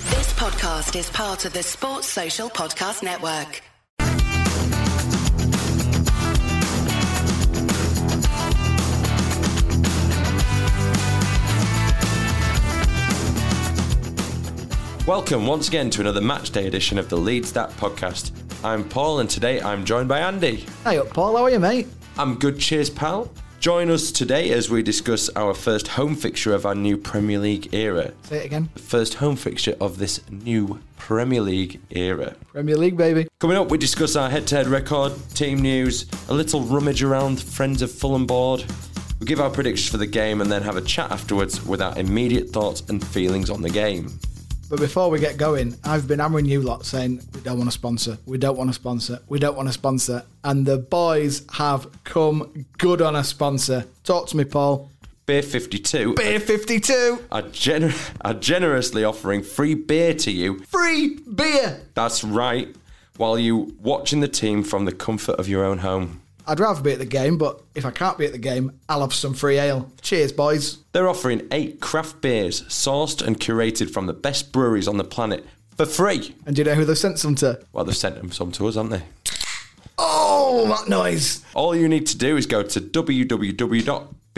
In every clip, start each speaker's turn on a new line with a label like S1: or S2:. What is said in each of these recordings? S1: podcast is part of the Sports Social Podcast Network.
S2: Welcome once again to another match day edition of the Leeds That podcast. I'm Paul and today I'm joined by Andy.
S3: Hey up, Paul. How are you, mate?
S2: I'm good, cheers, pal. Join us today as we discuss our first home fixture of our new Premier League era.
S3: Say it again.
S2: First home fixture of this new Premier League era.
S3: Premier League, baby.
S2: Coming up, we discuss our head to head record, team news, a little rummage around Friends of Fulham board. We give our predictions for the game and then have a chat afterwards with our immediate thoughts and feelings on the game.
S3: But before we get going, I've been hammering you lot saying we don't want to sponsor, we don't want to sponsor, we don't want to sponsor, and the boys have come good on a sponsor. Talk to me, Paul.
S2: Beer 52
S3: Beer fifty two,
S2: are, gener- are generously offering free beer to you.
S3: free beer.
S2: That's right, while you watching the team from the comfort of your own home.
S3: I'd rather be at the game, but if I can't be at the game, I'll have some free ale. Cheers, boys.
S2: They're offering eight craft beers sourced and curated from the best breweries on the planet for free.
S3: And do you know who they've sent some to?
S2: Well, they've sent them some to us, haven't they?
S3: Oh, that noise!
S2: All you need to do is go to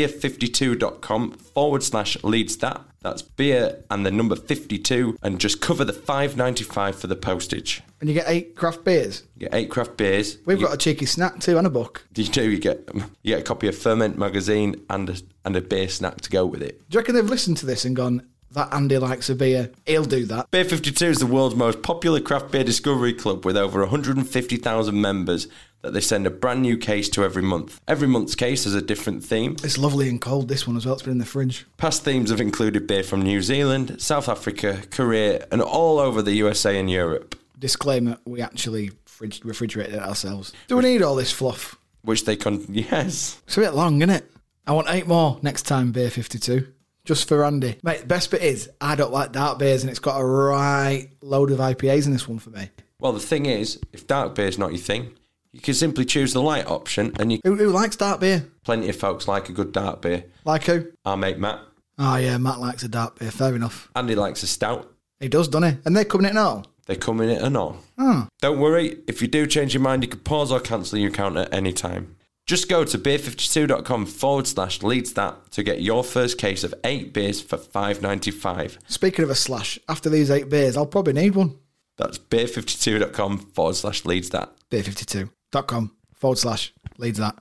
S2: www.beer52.com forward slash leads that. That's beer and the number 52, and just cover the 5.95 for the postage.
S3: And you get eight craft beers.
S2: You get eight craft beers.
S3: We've
S2: you,
S3: got a cheeky snack too and a book.
S2: you do you get you get a copy of Ferment magazine and a, and a beer snack to go with it.
S3: Do you reckon they've listened to this and gone, that Andy likes a beer? He'll do that.
S2: Beer 52 is the world's most popular craft beer discovery club with over 150,000 members that they send a brand new case to every month. Every month's case has a different theme.
S3: It's lovely and cold, this one as well. It's been in the fridge.
S2: Past themes have included beer from New Zealand, South Africa, Korea, and all over the USA and Europe,
S3: Disclaimer we actually fridge- refrigerated it ourselves. Do we need all this fluff?
S2: which they con. Yes.
S3: It's a bit long, isn't it? I want eight more next time, beer 52. Just for Andy. Mate, the best bit is, I don't like dark beers and it's got a right load of IPAs in this one for me.
S2: Well, the thing is, if dark beer's not your thing, you can simply choose the light option, and you
S3: Who, who likes dark beer?
S2: plenty of folks like a good dark beer.
S3: Like who?
S2: Our mate Matt,
S3: Oh, yeah, Matt likes a dark beer. Fair enough.
S2: Andy likes a stout.
S3: He does, doesn't he? And they're coming in all.
S2: They come in it and all.
S3: Oh.
S2: Don't worry, if you do change your mind, you can pause or cancel your account at any time. Just go to beer52.com forward slash leads that to get your first case of eight beers for five ninety five.
S3: Speaking of a slash, after these eight beers, I'll probably need one.
S2: That's beer52.com forward slash leads that.
S3: beer52.com forward slash leads that.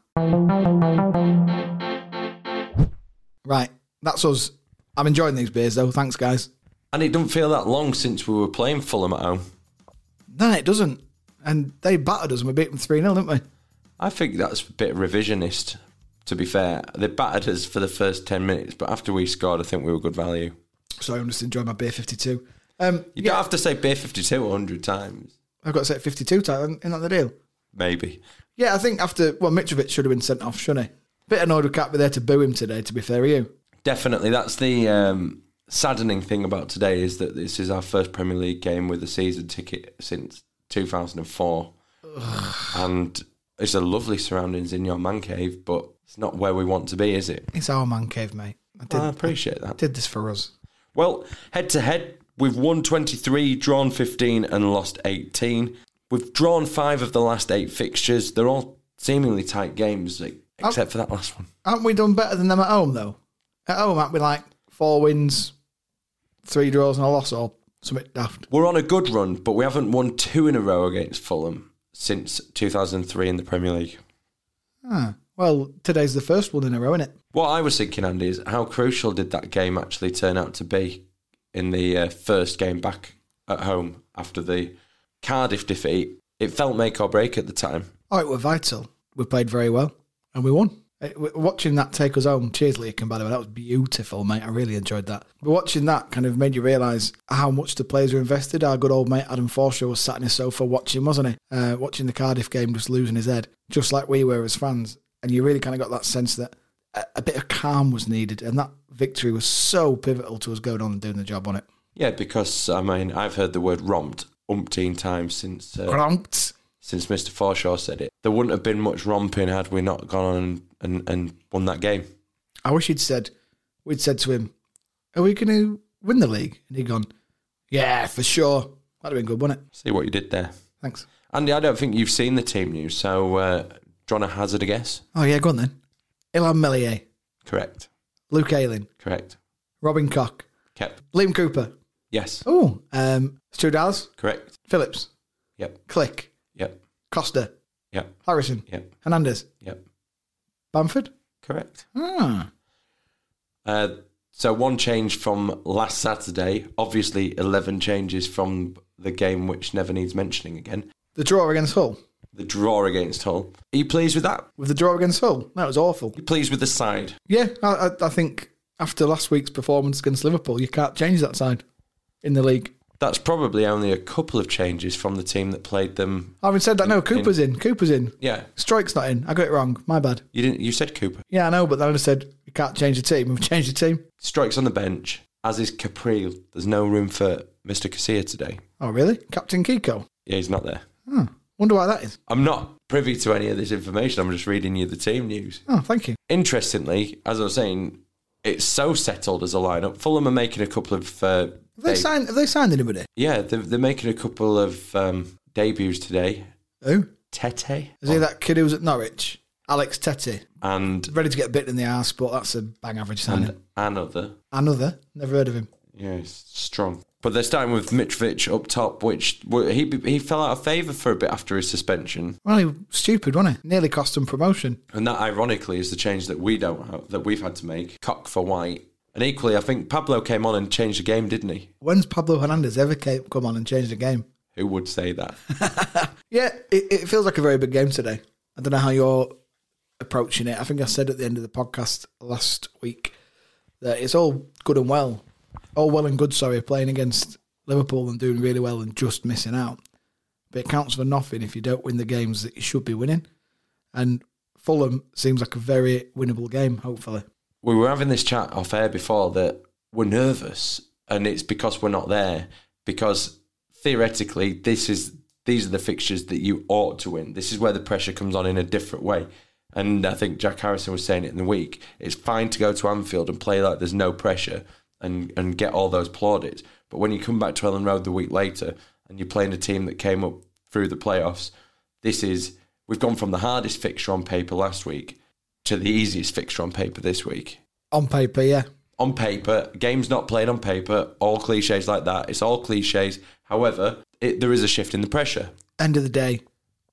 S3: Right, that's us. I'm enjoying these beers though. Thanks, guys.
S2: And it doesn't feel that long since we were playing Fulham at home.
S3: No, it doesn't. And they battered us and we beat them 3 0, didn't we?
S2: I think that's a bit revisionist, to be fair. They battered us for the first 10 minutes, but after we scored, I think we were good value.
S3: Sorry, I'm just enjoying my beer 52. Um,
S2: You don't have to say beer52 a 100 times,
S3: I've got to say 52 title, isn't that the deal?
S2: maybe.
S3: Yeah, I think after, well, Mitrovic should have been sent off, shouldn't he? Bit annoyed we can't be there to boo him today, to be fair to you.
S2: Definitely, that's the um, saddening thing about today is that this is our first Premier League game with a season ticket since 2004, and it's a lovely surroundings in your man cave, but it's not where we want to be, is it?
S3: It's our man cave, mate. I did,
S2: I appreciate that.
S3: did this for us.
S2: Well, head to head, we've won 23, drawn 15, and lost 18. We've drawn five of the last eight fixtures. They're all seemingly tight games, like, except for that last one.
S3: Haven't we done better than them at home though? At home, aren't we like four wins, three draws and a loss or something daft?
S2: We're on a good run, but we haven't won two in a row against Fulham since 2003 in the Premier League.
S3: Ah, well, today's the first one in a row, isn't it?
S2: What I was thinking, Andy, is how crucial did that game actually turn out to be in the uh, first game back at home after the Cardiff defeat? It felt make or break at the time.
S3: All right, we're vital. We played very well and we won. Uh, w- Watching that take us home, cheers, Leakin, by the way. That was beautiful, mate. I really enjoyed that. But watching that kind of made you realise how much the players were invested. Our good old mate Adam Forshaw was sat in his sofa watching, wasn't he? Uh, watching the Cardiff game, just losing his head, just like we were as fans. And you really kind of got that sense that a, a bit of calm was needed. And that victory was so pivotal to us going on and doing the job on it.
S2: Yeah, because I mean, I've heard the word romped umpteen times since uh,
S3: Grumped.
S2: since Mr. Forshaw said it. There wouldn't have been much romping had we not gone on and, and, and won that game.
S3: I wish he'd said, we'd said to him, Are we going to win the league? And he'd gone, Yeah, for sure. That'd have been good, wouldn't it?
S2: See what you did there.
S3: Thanks.
S2: Andy, I don't think you've seen the team news, so uh, do you want to hazard a guess?
S3: Oh, yeah, go on then. Ilan Melier,
S2: Correct.
S3: Luke Ayling,
S2: Correct.
S3: Robin Koch,
S2: Kept.
S3: Liam Cooper.
S2: Yes.
S3: Oh, um, Stu Dallas,
S2: Correct.
S3: Phillips,
S2: Yep.
S3: Click,
S2: Yep.
S3: Costa,
S2: Yep.
S3: Harrison,
S2: Yep.
S3: Hernandez,
S2: Yep.
S3: Bamford.
S2: Correct.
S3: Ah,
S2: Uh, so one change from last Saturday. Obviously, eleven changes from the game, which never needs mentioning again.
S3: the draw against Hull.
S2: The draw against Hull. Are you pleased with that? Are
S3: With the draw against Hull, that was awful.
S2: you pleased with the side?
S3: Yeah, I, I, I think after last week's performance against Liverpool, you can't change that side in the league.
S2: That's probably only a couple of changes from the team that played them.
S3: Having said that, no, Cooper's in. Cooper's in.
S2: Yeah,
S3: Strike's not in. I got it wrong. My bad.
S2: you didn't. You said Cooper.
S3: Yeah, I know, but then I said you can't change the team. We've changed the team.
S2: Strikes on the bench, as is Capri. There's no room for Mr. Casilla today.
S3: Oh, really? Captain Kiko.
S2: Yeah, he's not there.
S3: Oh, wonder why that is.
S2: I'm not privy to any of this information. I'm just reading you the team news.
S3: Oh, thank you.
S2: Interestingly, as I was saying, it's so settled as a lineup. Fulham are making a couple of uh,
S3: Have they,
S2: de-
S3: signed? Have they signed anybody?
S2: yeah, they're, they're making a couple of um, debuts today.
S3: Who?
S2: Tete
S3: Is he that kid who was at Norwich? Alex Tete,
S2: and
S3: ready to get bitten in the arse, but that's a bang average signing.
S2: and another.
S3: Another, never heard of him.
S2: Yeah, he's strong. But they're starting with Mitrovic up top, which well, he he fell out of favour for a bit after his suspension,
S3: Well, he was stupid, wasn't he? Nearly cost him promotion.
S2: and that ironically is the change that we don't have, that we've had to make. Cock for White, and equally, I think Pablo came on and changed the game, didn't he?
S3: When's Pablo Hernandez ever came, come on and changed the game?
S2: Who would say that?
S3: Yeah, it, it feels like a very big game today. I don't know how you're approaching it. I think I said at the end of the podcast last week that it's all good and well, all well and good. Sorry, playing against Liverpool and doing really well and just missing out, but it counts for nothing if you don't win the games that you should be winning. And Fulham seems like a very winnable game. Hopefully,
S2: we were having this chat off air before that we're nervous and it's because we're not there because theoretically this is these are the fixtures that you ought to win this is where the pressure comes on in a different way and i think jack harrison was saying it in the week it's fine to go to anfield and play like there's no pressure and and get all those plaudits but when you come back to ellen road the week later and you're playing a team that came up through the playoffs this is we've gone from the hardest fixture on paper last week to the easiest fixture on paper this week.
S3: on paper, yeah,
S2: On paper, games not played on paper, all cliches like that. It's all cliches. However, it, there is a shift in the pressure.
S3: end of the day,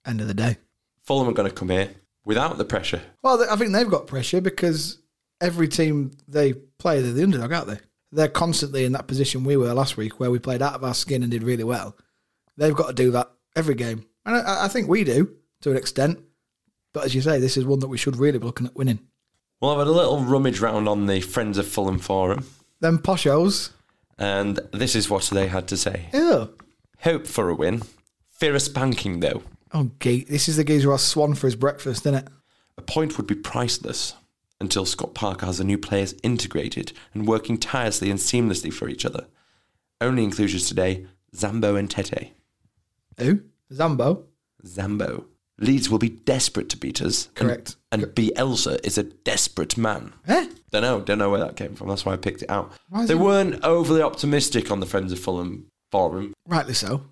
S3: end of the day.
S2: Fulham are going to come here without the pressure.
S3: Well, I think they've got pressure because every team they play, they're the underdog, aren't they? They're constantly in that position we were last week, where we played out of our skin and did really well. They've got to do that every game, and I, I think we do to an extent. But as you say, this is one that we should really be looking at winning.
S2: Well, I've had a little rummage round on the Friends of Fulham forum,
S3: Then Poshos,
S2: and this is what they had to say.
S3: ew.
S2: Hope for a win. Fear a spanking, though.
S3: oh gate. This is the geezer who has swan for his breakfast, isn't it?
S2: A point would be priceless until Scott Parker has the new players integrated and working tirelessly and seamlessly for each other. Only inclusions today Zambo and Tete.
S3: Who Zambo?
S2: Zambo. Leeds will be desperate to beat us.
S3: Correct.
S2: And, and Bielsa is a desperate man.
S3: Eh?
S2: Don't know, don't know where that came from. That's why I picked it out.
S3: Why is
S2: they
S3: it-
S2: weren't overly optimistic on the Friends of Fulham forum.
S3: Rightly so.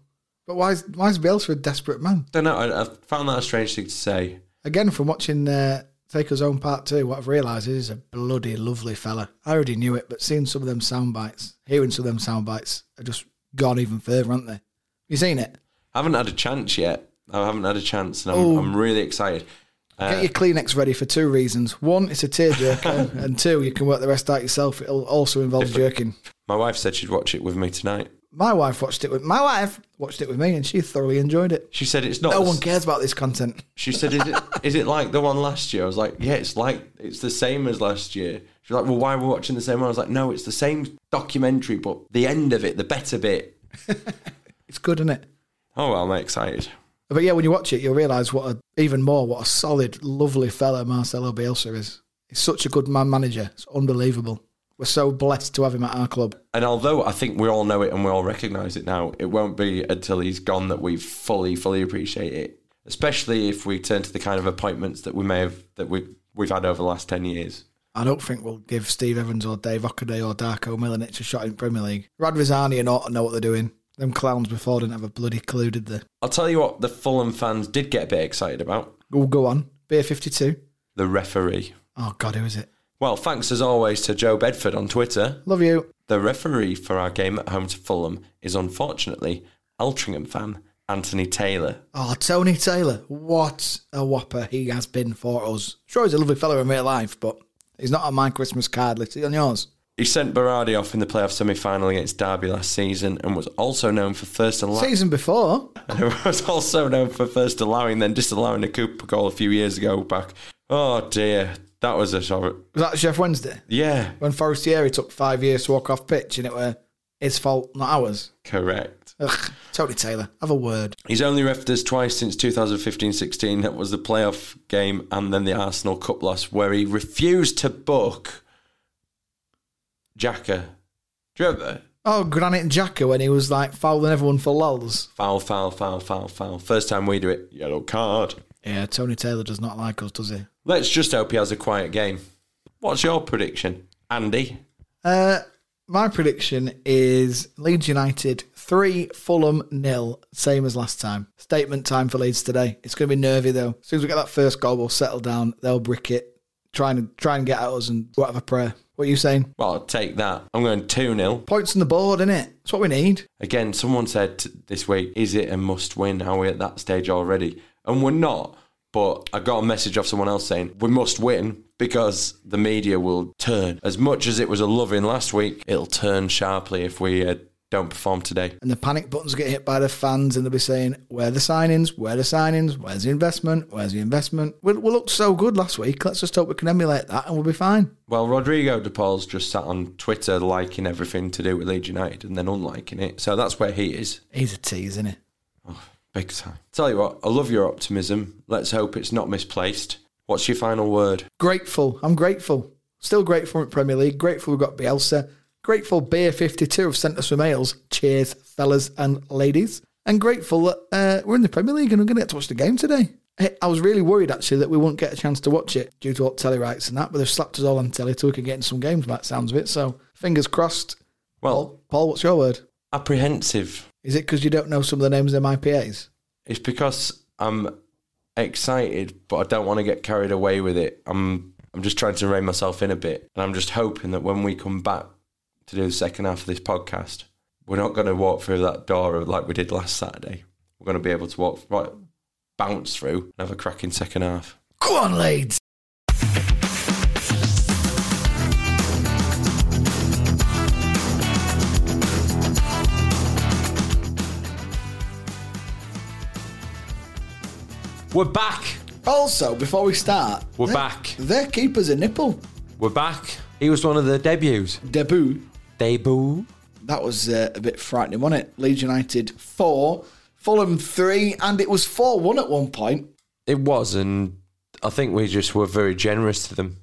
S3: But why is why is Bielsa a desperate man?
S2: Don't know, I, I found that a strange thing to say.
S3: again from watching uh, Taker's Own Part Two, what I've realised is he's a bloody lovely fella. I already knew it, but seeing some of them sound bites, hearing some of them sound bites, are just gone even further, aren't they? You seen it?
S2: I haven't had a chance yet. I haven't had a chance, and I'm,
S3: Oh.
S2: I'm really excited.
S3: Get your Kleenex ready for two reasons. One, it's a tearjerker, and two, you can work the rest out yourself. It'll also involve jerking.
S2: My wife said she'd watch it with me tonight.
S3: My wife watched it with my wife watched it with me, and she thoroughly enjoyed it.
S2: She said it's not.
S3: No
S2: the
S3: one cares about this content.
S2: She said, "Is it is it like the one last year?" I was like, "Yeah, it's like it's the same as last year." She's like, "Well, why are we watching the same one?" I was like, "No, it's the same documentary, but the end of it, the better bit."
S3: It's good, isn't it?
S2: Oh well, I'm excited.
S3: But yeah, when you watch it, you'll realise what a, even more what a solid, lovely fella Marcelo Bielsa is. He's such a good man manager. It's unbelievable. We're so blessed to have him at our club.
S2: And although I think we all know it and we all recognise it now, it won't be until he's gone that we fully, fully appreciate it. Especially if we turn to the kind of appointments that we may have that we we've had over the last ten years.
S3: I don't think we'll give Steve Evans or Dave Ockaday or Darko Milanic a shot in Premier League. Radvazani and Orton know what they're doing. Them clowns before didn't have a bloody clue, did they?
S2: I'll tell you what the Fulham fans did get a bit excited about
S3: Go, go on. Beer 52.
S2: the referee.
S3: Oh, God, who is it?
S2: Well, thanks as always to Joe Bedford on Twitter.
S3: Love you.
S2: The referee for our game at home to Fulham is unfortunately Altrincham fan Anthony Taylor.
S3: Oh, Tony Taylor. What a whopper he has been for us. Sure, he's a lovely fellow in real life, but he's not on my Christmas card list. He's on yours.
S2: He sent Berardi off in the playoff semi final against Derby last season and was also known for first allowing
S3: Season before.
S2: was also known for first allowing then disallowing a Cooper goal a few years ago back. Oh dear. That was a short
S3: Was that Chef Wednesday?
S2: Yeah,
S3: When Forestieri took five years to walk off pitch and it were his fault, not ours.
S2: correct.
S3: Ugh, Tony Taylor, have a word.
S2: He's only refed us twice since 2015-16. That was the playoff game and then the Arsenal Cup loss where he refused to book Jacker. Do you remember?
S3: Oh, Granite Jacker when he was like fouling everyone for lulls.
S2: Foul, foul, foul, foul, foul. First time we do it, yellow card.
S3: Yeah, Tony Taylor does not like us, does he?
S2: Let's just hope he has a quiet game. What's your prediction, Andy?
S3: Uh, my prediction is Leeds United 3, Fulham nil, same as last time. Statement time for Leeds today. It's going to be nervy though. As soon as we get that first goal, we'll settle down. They'll brick it, try and, try and get at us and whatever prayer. What are you saying?
S2: Well, I'll take that. I'm going 2 0.
S3: Points on the board, innit? That's what we need.
S2: Again, someone said t- this week, is it a must win? Are we at that stage already? And we're not. But I got a message off someone else saying, we must win because the media will turn. As much as it was a loving last week, it'll turn sharply if we uh, don't perform today.
S3: and the panic buttons get hit by the fans, and they'll be saying, "Where are the signings? Where are the signings? Where's the investment? Where's the investment?" We, we looked so good last week. Let's just hope we can emulate that, and we'll be fine.
S2: Well, Rodrigo de Paul's just sat on Twitter liking everything to do with Leeds United and then unliking it. So that's where he is.
S3: He's a tease, isn't he?
S2: Oh, big time. Tell you what, I love your optimism. Let's hope it's not misplaced. What's your final word?
S3: Grateful. I'm grateful. Still grateful at Premier League. Grateful we've got Bielsa. Grateful Beer 52 have sent us some ales. Cheers, fellas and ladies. And grateful that uh, we're in the Premier League and I'm going to get to watch the game today. I- I was really worried actually that we wouldn't get a chance to watch it due to all telly rights and that, but they've slapped us all on telly till we can get in some games by the sounds of it. So fingers crossed.
S2: Well,
S3: Paul, Paul, what's your word?
S2: apprehensive.
S3: Is it because you don't know some of the names of my PAs?
S2: It's because I'm excited, but I don't want to get carried away with it. I'm I'm just trying to rein myself in a bit, and I'm just hoping that when we come back to do the second half of this podcast, we're not going to walk through that door like we did last Saturday. We're going to be able to walk right, bounce through, and have a cracking second half.
S3: Go on, Leeds!
S2: We're back.
S3: Also, before we start,
S2: We're
S3: their-
S2: back.
S3: Their keeper's a nipple.
S2: We're back. He was one of the debuts.
S3: Debut.
S2: Debut.
S3: That was uh, a bit frightening, wasn't it? Leeds United four, Fulham three, and it was four one at one point.
S2: It was, and I think we just were very generous to them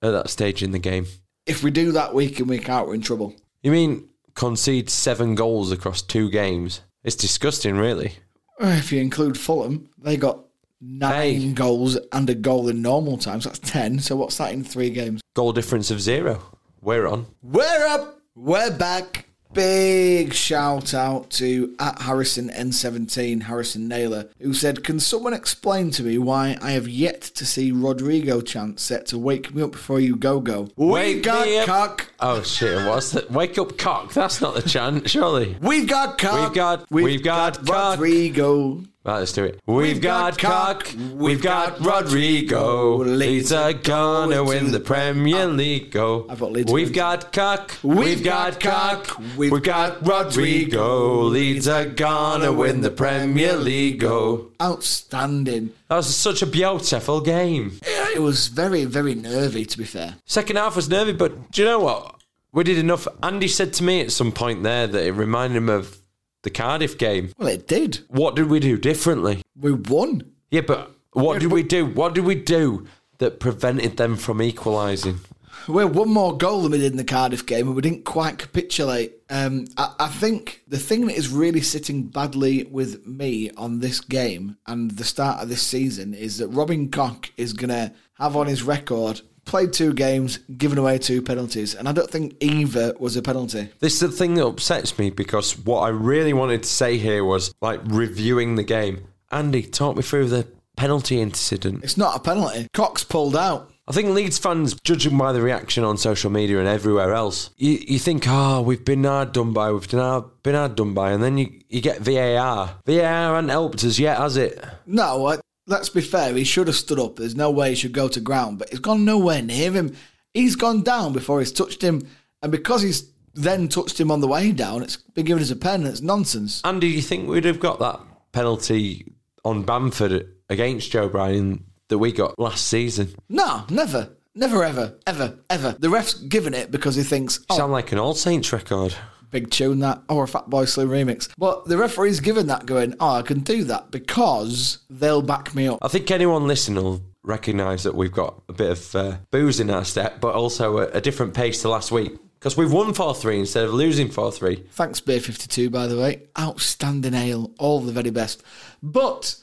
S2: at that stage in the game.
S3: If we do that week in week out, we're in trouble.
S2: You mean concede seven goals across two games? It's disgusting, really.
S3: Uh, If you include Fulham, they got nine
S2: Hey.
S3: goals and a goal in normal times. that's ten. So what's that in three games?
S2: Goal difference of zero. We're on.
S3: We're up. We're back. Big shout out to at Harrison N17 Harrison Naylor, who said, "Can someone explain to me why I have yet to see Rodrigo chant set to wake me up before you go go? We
S2: Wake
S3: got
S2: me up.
S3: cock.
S2: Oh shit! What's that? Wake up, cock! That's not the chant, surely.
S3: We've got cock.
S2: We've got- we've got cock.
S3: Rodrigo.
S2: Right, let's do it. We've, got, cock. We've got, Rodrigo. Leeds are gonna win the Premier League. Go.
S3: I've got Leeds
S2: We've
S3: going
S2: got cock.
S3: We've
S2: We've got
S3: got
S2: cock.
S3: cock.
S2: We've got Rodrigo. Leeds are gonna win the Premier League. Go.
S3: Outstanding.
S2: That was such a beautiful game.
S3: Yeah, It was very, very nervy, to be fair.
S2: Second half was nervy, but do you know what? We did enough. Andy said to me at some point there that it reminded him of the Cardiff game.
S3: Well, it did.
S2: What did we do differently?
S3: We won.
S2: Yeah, but what did we do? What did we do that prevented them from equalising?
S3: We're one more goal than we did in the Cardiff game, and we didn't quite capitulate. Um, I, I think the thing that is really sitting badly with me on this game and the start of this season is that Robin Koch is going to have on his record played two games, given away two penalties, and I don't think either was a penalty.
S2: This is the thing that upsets me because what I really wanted to say here was like reviewing the game. Andy, talk me through the penalty incident.
S3: It's not a penalty. Cox pulled out.
S2: I think Leeds fans, judging by the reaction on social media and everywhere else, you, you think, oh, we've been hard done by, we've been hard, been hard done by, and then you, you get VAR. VAR hasn't helped us yet, has it?
S3: No, I, let's be fair. He should have stood up. There's no way he should go to ground, but he's gone nowhere near him. He's gone down before he's touched him, and because he's then touched him on the way down, it's been given as a pen. And it's nonsense.
S2: Andy, do you think we'd have got that penalty on Bamford against Joe Bryan that we got last season?
S3: No, never, never, ever, ever, ever. The ref's given it because he thinks, oh,
S2: Sound like an All Saints record.
S3: big tune that, or a Fat Boy Slim remix. But the referee's given that, going, oh, I can do that because they'll back me up.
S2: I think anyone listening will recognise that we've got a bit of uh, booze in our step, but also a, a different pace to last week because we've won 4 3 instead of losing 4 3.
S3: Thanks, Beer 52, by the way. Outstanding ale. All the very best. But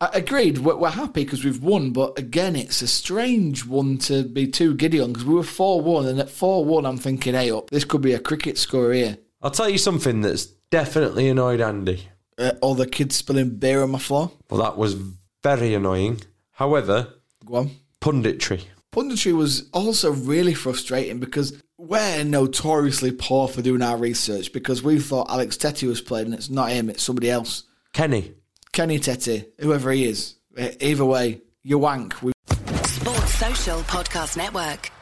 S3: I agreed, we're, we're happy because we've won. But again, it's a strange one to be too giddy on because we were 4 1. And at 4 1, I'm thinking, hey, up, this could be a cricket score here.
S2: I'll tell you something that's definitely annoyed Andy.
S3: Uh, all the kids spilling beer on my floor.
S2: Well, that was very annoying. However,
S3: Go on.
S2: punditry.
S3: Punditry was also really frustrating because we're notoriously poor for doing our research because we thought Alex Tetty was playing and it's not him, it's somebody else.
S2: Kenny,
S3: Kenny Tetty, whoever he is. E- Either way, you wank. We
S1: Sports Social Podcast Network.